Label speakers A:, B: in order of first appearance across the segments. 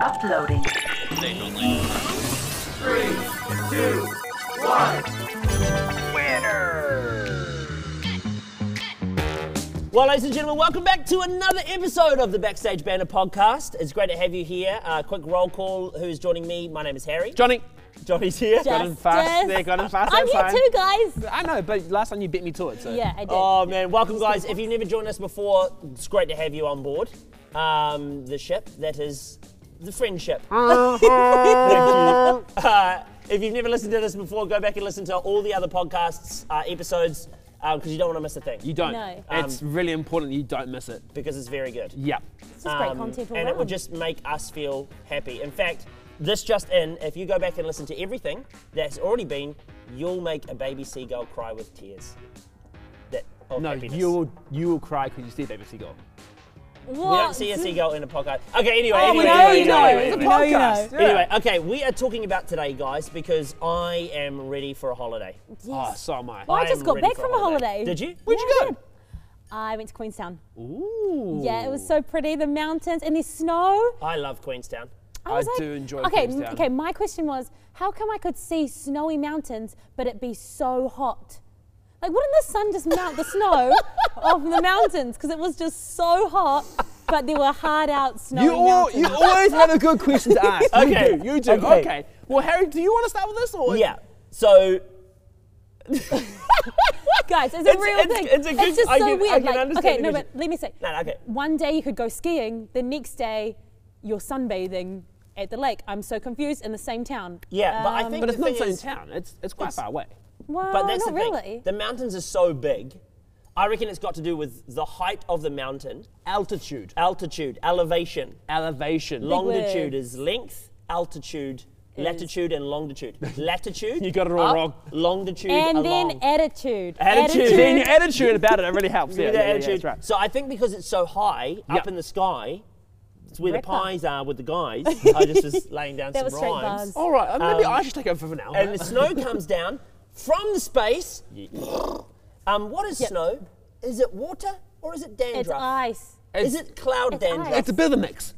A: Uploading.
B: Well, ladies and gentlemen, welcome back to another episode of the Backstage Banner podcast. It's great to have you here. Uh, quick roll call who's joining me? My name is Harry.
C: Johnny.
B: Johnny's here.
C: Got in fast there, got in fast,
D: I'm
C: that's
D: here
C: fine.
D: too, guys.
C: I know, but last time you bit me to it, so.
D: Yeah, I did.
B: Oh, man. Welcome, guys. If you've never joined us before, it's great to have you on board. Um, the ship, that is the friendship. Uh, if you've never listened to this before, go back and listen to all the other podcasts, uh, episodes, because you don't want to miss a thing
C: You don't.
D: No.
C: It's really important you don't miss it.
B: because it's very good.
C: Yeah.
D: this is great
B: Um,
D: content all
B: and it would
D: round.
B: just make us feel happy. In fact, this just in, if you go back and listen to everything that's already been, you'll make a baby seagull cry with tears. That of
C: No,
B: happiness.
C: you will you will cry because you see Baby Seagull.
B: We
D: what?
B: don't see a seagull in a podcast. Okay, anyway,
D: Oh,
B: anyway,
D: we know
B: anyway,
D: you know.
B: anyway,
D: It's a
B: anyway.
D: podcast.
C: Yeah.
B: Anyway, okay, we are talking about today, guys, because I am ready for a holiday.
C: Oh,
D: Yes.
C: so am I.
D: Well, I
B: I
D: just
B: am
D: got
B: ready
D: back
B: for a
D: from a
B: holiday.
D: holiday.
B: Did you?
C: Where'd you
D: Yeah, I
C: go?
D: did. I went to Queenstown.
C: Ooh.
D: Yeah, it was so pretty. The mountains and the snow.
B: I love Queenstown.
D: I, was
C: I
D: like,
C: do enjoy
D: Okay, m-
C: Queenstown.
D: okay. My question was, how come I could see snowy mountains, but it be so hot? Like, wouldn't the sun just melt the snow off the mountains? Because it was just so hot, but there were hard out snowy
C: You, all,
D: mountains.
C: you always have a good question to ask.
B: Okay.
C: You do. You do.
B: Okay.
C: Okay. Well, Harry, do you want to start with this or?
B: Yeah. So
D: Guys, it's,
B: It's-
D: a real
B: it's-
D: thing.
B: it's a good-
D: just
B: I
D: so
B: can- I
D: weird.
B: can
D: like,
B: understand
D: okay,
B: the
D: no, but
B: question.
D: let me say.
B: No, no, okay.
D: One day you could go skiing, the next day you're sunbathing at the lake. I'm so confused in the same town.
B: Yeah, but I think-
C: But it's
B: The
C: not
B: thing
C: the same
B: is-
C: town. It's it's quite far away.
D: Well,
B: But that's
D: Oh, not
B: the thing.
D: really.
B: The mountains are so big. I reckon it's got to do with the height of the mountain,
C: Altitude.
B: altitude, elevation.
C: Elevation.
B: Longitude
D: word.
B: is length, altitude, latitude, and longitude. Latitude.
C: You got it all
B: up,
C: wrong.
B: Longitude
D: and
B: along.
D: then attitude.
B: Attitude.
C: Then your attitude about it, it really helps.
B: You
C: Yeah,
B: know,
C: yeah, yeah,
B: attitude.
C: that's right.
B: So I think because it's so high up
C: Yep.
B: in the sky, it's where the
D: Rapper.
B: pies are with the guys. I just was laying down
D: That
B: some
D: was straight
B: rhymes.
D: bars.
C: All right. uh, Maybe
B: Um,
C: I should take over for now.
B: And the snow comes down from the space. um, what is
D: Yep.
B: snow? Is it water or is it dandruff?
D: It's ice.
B: Is it cloud
D: it's
B: dandruff?
D: ice.
C: It's a bit of a mix.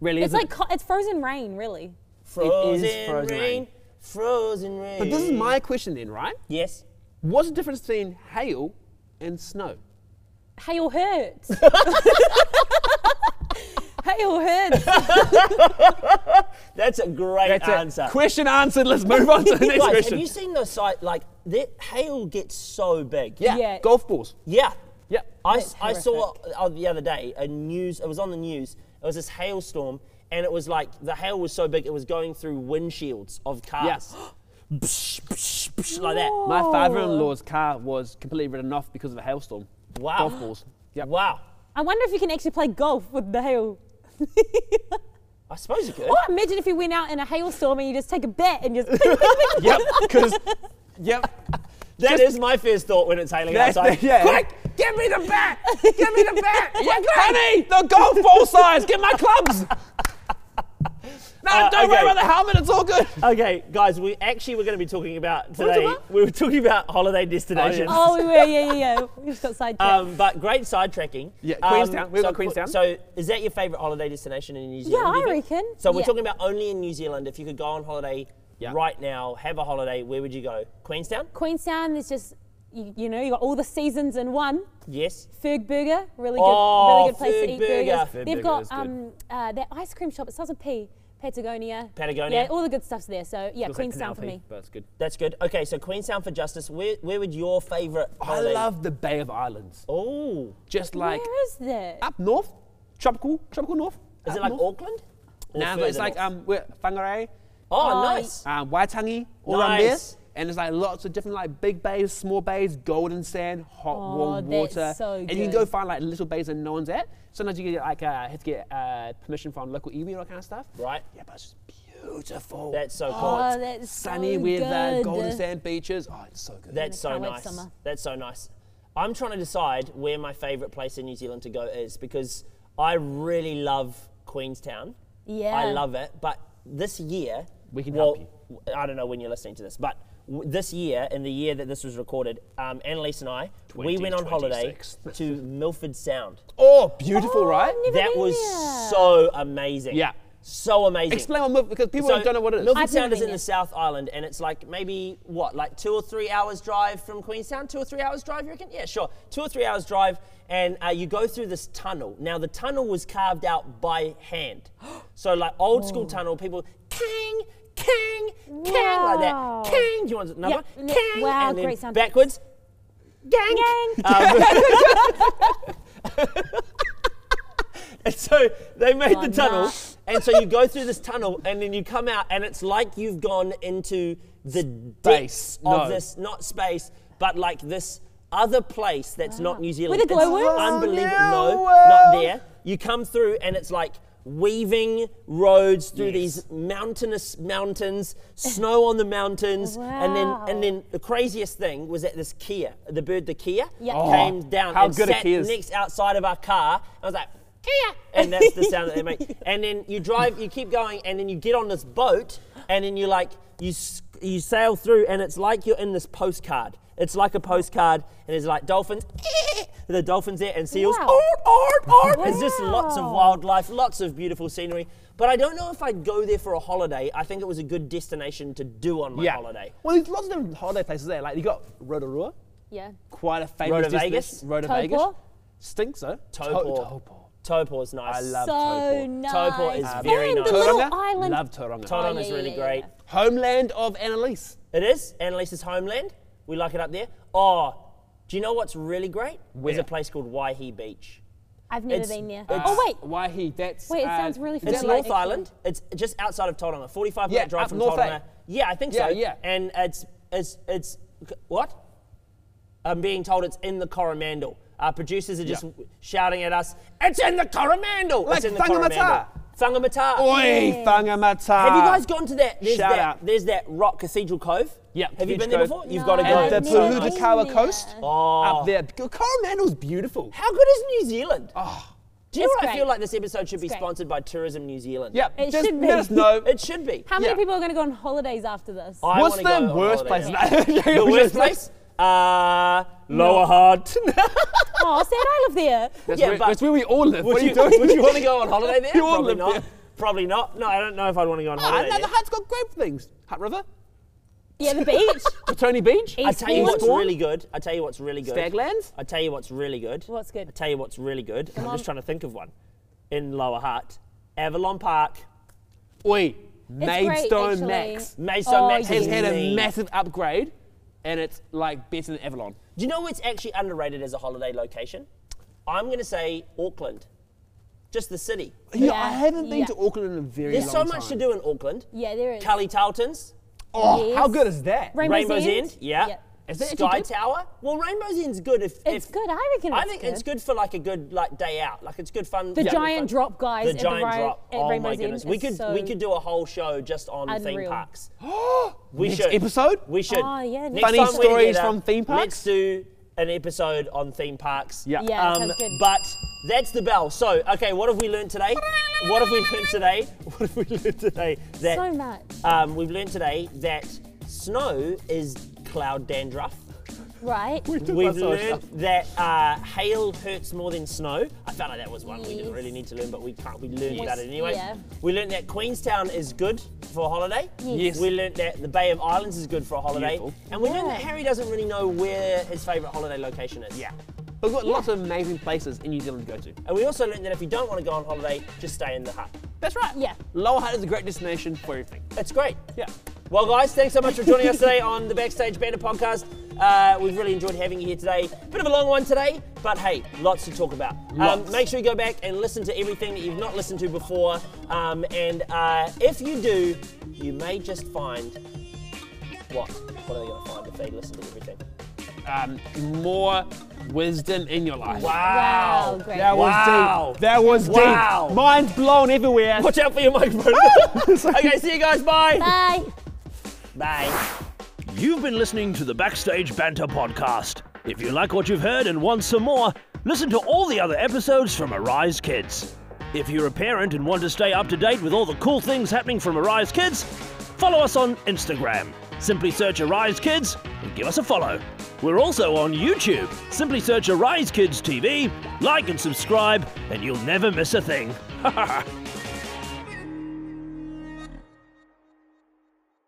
C: Really,
D: It's
C: isn't
D: like
C: it?
D: co- it's frozen rain, really.
B: Frozen,
C: frozen
B: rain,
C: rain.
B: Frozen rain.
C: But this is my question then, right?
B: Yes.
C: What's the difference between hail and snow?
D: Hail hurts. Hail hurts.
B: That's a great answer.
C: Question answered. Let's move on to the next
B: Guys,
C: question.
B: have you seen those site like that hail gets so big?
C: yeah.
D: Yeah.
C: Golf balls.
B: Yeah.
C: Yeah.
B: I,
D: That's
B: I saw uh, the other day a news, it was on the news, it was this hailstorm and it was like the hail was so big it was going through windshields of cars. Psh, psh, psh, like that.
C: My father-in-law's car was completely written off because of a hailstorm.
B: Wow.
C: Golf balls. Yeah.
B: Wow.
D: I wonder if you can actually play golf with the hail.
B: I suppose you could.
D: Or imagine if you went out in a hailstorm and you just take a bat and just. ping, ping, ping.
C: Yep. Because. yep.
B: That
C: Just-
B: is my first thought when it's hailing
C: That's
B: outside.
C: the- yeah.
B: Quick, give me the bat! Give me the bat! Yeah, quick.
C: Honey, the golf ball size. Get my clubs. No,
B: Uh,
C: don't
B: okay.
C: worry about the helmet. It's all good.
B: Okay, guys, we actually were going to be talking about
D: was it
B: today.
D: about?
B: We were talking about holiday destinations.
D: oh, we were, yeah, yeah, yeah. We just got sidetracked.
B: Um, but great sidetracking.
C: Yeah,
B: Um,
C: Queenstown. We've
B: so,
C: got Queenstown.
B: So, is that your favourite holiday destination in New Zealand?
D: Yeah,
B: do you
D: I
B: think?
D: reckon.
B: So, we're
D: Yeah.
B: talking about only in New Zealand. If you could go on holiday
C: Yeah.
B: right now, have a holiday, where would you go? Queenstown?
D: Queenstown is just, you, you know, you got all the seasons in one.
B: Yes.
D: Ferg Burger, really good,
B: Oh,
D: really good place
B: Ferg
D: to eat
B: Burger.
D: burgers.
C: Ferg
D: They've
C: Burger
D: got
C: is good.
D: um, uh, that ice cream shop. It starts with P. Patagonia.
B: Patagonia.
D: Yeah, all the good stuff's there. So yeah, Queenstown for me.
C: But it's good.
B: That's good. Okay, so Queenstown for Justice. Where, where would your favourite
C: I
B: holiday
C: love the Bay of Islands.
B: Oh,
C: Just like
D: Where is that?
C: up north, tropical, tropical north.
B: is
C: up
B: it like
C: north.
B: Auckland? Or
C: No, but
B: further
C: it's like
B: north?
C: um, we're Whangarei,
B: oh,
D: Oh,
B: nice.
C: um, Waitangi, all around there.
B: Nice.
C: And there's like lots of different like big bays, small bays, golden sand, hot
D: Oh,
C: warm
D: that's
C: water,
D: so
C: and you can
D: good.
C: go find like little bays that no one's at. Sometimes you get like uh, have to get uh, permission from local iwi and all that kind of stuff.
B: Right.
C: Yeah, but it's just beautiful.
B: That's so cool.
D: oh, that's
C: sunny
D: so
C: weather,
D: good.
C: golden sand beaches. Oh, it's so good.
B: That's so
D: can't wait
B: nice.
D: summer.
B: That's so nice. I'm trying to decide where my favourite place in New Zealand to go is because I really love Queenstown.
D: Yeah.
B: I love it. But this year,
C: We can
B: well,
C: help
B: w- I don't know when you're listening to this, but w- this year, in the year that this was recorded, um, Annalise and I, we went on holiday
C: 2026.
B: to Milford Sound.
C: oh, beautiful, right?
D: I've never
B: That
D: been
B: was
D: there.
B: so amazing.
C: Yeah.
B: So amazing.
C: Explain what milk because people
B: So,
C: don't know what it is.
B: Milford
D: I've
B: Sound
D: never
B: is in
D: been
B: the
D: yet.
B: South Island, and it's like maybe what, like two or three hours drive from Queenstown. Two or three hours drive, you reckon? Yeah, sure. Two or three hours drive, and uh, you go through this tunnel. Now the tunnel was carved out by hand, so like old school tunnel. People, king, king, king, like
D: Wow.
B: that. King. Do you want another?
D: Yeah,
B: one?
D: yeah.
B: King.
D: Wow,
B: and then
D: great sound effects.
B: Backwards. Gang.
D: Gang.
B: Uh, And so they made the
D: Like
B: tunnel,
D: that.
B: and so you go through this tunnel, and then you come out, and it's like you've gone into the
C: Space.
B: depths
C: No.
B: of this, not space, but like this other place that's not New Zealand.
D: Where the
B: It's
D: glowworms?
B: Unbelievable.
C: New
B: No,
C: world.
B: not there. You come through, and it's like weaving roads through
C: Yes.
B: these mountainous mountains, snow on the mountains, and then
D: Wow.
B: and then the craziest thing was that this Kia, the bird, the Kia,
D: Yeah.
C: Oh,
B: came down
C: how
B: and
C: good are
B: sat
C: Kias?
B: next outside of our car. I was like, Kia! And that's the sound that they make. And then you drive, you keep going, and then you get on this boat, and then you like, you, s- you sail through, and it's like you're in this postcard. It's like a postcard, and there's like dolphins, the dolphins there, and seals.
D: Wow.
B: Art, art, art. It's just lots of
D: Wow.
B: wildlife, lots of beautiful scenery. But I don't know if I'd go there for a holiday. I think it was a good destination to do on my
C: yeah.
B: holiday.
C: Well, there's lots of different holiday places there. Like you got Rotorua,
D: Yeah.
C: quite a famous
B: Rotor
C: destination.
B: Vegas?
C: Rotor
D: Taupo?
C: Vegas. Stinks though. To-
B: Taupo.
C: Taupo.
B: Taupo is nice.
C: I love
D: so
C: Taupo.
D: nice.
B: Taupo is
D: Fine,
B: very
D: the
B: nice.
D: little
C: Tauranga?
D: island.
C: Love Tauranga.
B: Taupo
D: yeah,
B: is
D: Oh, yeah,
B: really
D: yeah,
B: great.
D: yeah.
C: Homeland of Annalise.
B: It is Annalisa's homeland. We like it up there. Oh, do you know what's really great?
C: Where?
B: There's a place called Waihee Beach.
D: I've never
B: It's-
D: been there.
B: it's-
D: oh wait,
C: Why he? That's uh,
D: Wait, it sounds really
C: is
D: Is
B: It's
C: that
D: familiar.
B: North
D: actually?
B: Island. It's just outside of Tauranga, 45
C: Yeah,
B: minute drive
C: up
B: from
C: North
B: Tauranga.
C: Bay.
B: Yeah, I think
C: Yeah,
B: so.
C: yeah.
B: And it's it's it's what? I'm being told it's in the Coromandel. Our producers are just shouting at us. It's in the Coromandel.
C: Like
B: it's in the
C: Whangamata.
B: Coromandel. Whangamata.
C: Oi, whangamata.
B: Have you guys gone to that? There's
C: Shout
B: that,
C: out.
B: There's that rock Cathedral Cove.
C: Yeah,
B: Have you
C: Cathedral
B: been there
C: Cove.
B: before? You've got to
D: No,
B: go.
C: And the
D: I've never
B: It's so
D: been
B: nice.
C: Pohutukawa
D: there.
C: Coast up
B: Oh.
C: there. Coromandel's beautiful.
B: How good is New Zealand?
C: Ah,
B: Do you know
D: It's
B: what I
D: great.
B: feel like this episode should be
D: great.
B: sponsored by Tourism New Zealand?
C: Yeah,
D: It
C: just
D: should be.
C: let us know.
B: It should be.
D: how many
C: yeah.
D: people are going to go on holidays after this?
B: I
C: What's
B: wanna go
C: the
B: on
C: worst place?
B: holiday.
C: the
B: The worst place? Uh, Lower Hutt.
D: oh, sad I live there.
C: That's,
B: Yeah,
C: where,
B: but-
C: that's where we all live.
B: Would
C: What are you
B: you,
C: doing?
B: would you want to go on holiday there?
C: You all
B: Probably
C: live
B: not.
C: there.
B: Probably not. No, I don't know if I'd want to go on
D: Oh,
C: Ah,
B: holiday
C: no, the
B: there.
C: hut's got great things. Hut River,
D: Yeah, the beach.
C: Tony Beach,
D: East
B: I tell you what's
D: Eastbourne?
B: really good. I tell you what's really good.
C: Staglands.
B: I tell you what's really good.
D: What's good?
B: I tell you what's really good. I'm
D: on.
B: just trying to think of one. In Lower Hutt, Avalon Park,
C: Oi,
D: great,
C: Maidstone
D: actually.
C: Max
B: Mason
D: Oh,
B: Max
D: yeah.
C: has
B: is
C: had a
B: mean.
C: massive upgrade, and it's like better than Avalon.
B: Do you know it's actually underrated as a holiday location? I'm going to say Auckland, just the city.
C: Yeah,
D: Yeah,
C: I haven't been
D: yeah.
C: to Auckland in a very
B: There's
C: long
B: so
C: time.
B: much to do in Auckland.
D: Yeah, there is.
B: Cully Tarleton's,
C: Oh,
D: Yes.
C: how good is that?
D: Rainbow's,
B: Rainbow's End, yeah.
D: Yeah.
C: Is that
B: Sky
C: actually good?
B: Tower. Well, Rainbow's End's good if
D: It's
B: if-
D: good. I reckon
B: I
D: it's
B: think
D: good.
B: it's good for like a good like day out. Like it's good fun.
D: The
B: good
D: giant
B: fun.
D: drop guys
B: The
D: at
B: giant
D: the ri-
B: drop.
D: at
B: oh
D: Rainbow's
B: my
D: End
B: goodness, we
D: is
B: could
D: so-
B: we could do a whole show just on theme
D: Unreal.
B: parks. we
C: Next
B: should
C: episode?
B: We should.
D: Oh, yeah,
B: Next
D: Funny
B: time we're
C: stories
B: together,
C: from theme parks?
B: Let's do an episode on theme parks. Um,
C: Yeah.
D: Yeah, sounds good.
B: But that's the bell. So okay, what have we learned today? What have we learned today? What have we learned today? That
D: so much.
B: um, we've learned today that snow is cloud dandruff.
D: Right?
B: We've learned that uh, hail hurts more than snow. I found out that was one we didn't really need to learn, but we can't. We learned about it anyway.
D: Yeah.
B: We learned that Queenstown is good for a holiday.
D: Yes.
B: We learned that the Bay of Islands is good for a holiday.
C: Beautiful.
B: And we learned that
D: Yeah.
B: Harry doesn't really know where his favourite holiday location is.
C: Yeah. We've got lots of amazing places in New Zealand to go to.
B: And we also learned that if you don't want to go on holiday, just stay in the hut.
C: That's right.
D: Yeah.
C: Lower Hutt is a great destination for everything.
B: It's great.
C: Yeah.
B: Well, guys, thanks so much for joining us today on the Backstage Banner podcast. Uh, we've really enjoyed having you here today. Bit of a long one today, but hey, lots to talk about. Um,
C: Lots.
B: make sure you go back and listen to everything that you've not listened to before. Um, and uh, if you do, you may just find what? What are they going to find if they listen to everything?
C: Um, more wisdom in your life.
D: Wow. great.
C: That was
B: Wow.
C: deep. That was
B: Wow.
C: deep. Mind blown everywhere.
B: Watch out for your microphone. okay, see you guys. Bye.
D: Bye.
B: Bye.
A: You've been listening to the Backstage Banter podcast. If you like what you've heard and want some more, listen to all the other episodes from Arise Kids. If you're a parent and want to stay up to date with all the cool things happening from Arise Kids, follow us on Instagram. Simply search Arise Kids and give us a follow. We're also on YouTube. Simply search Arise Kids TV, like and subscribe, and you'll never miss a thing.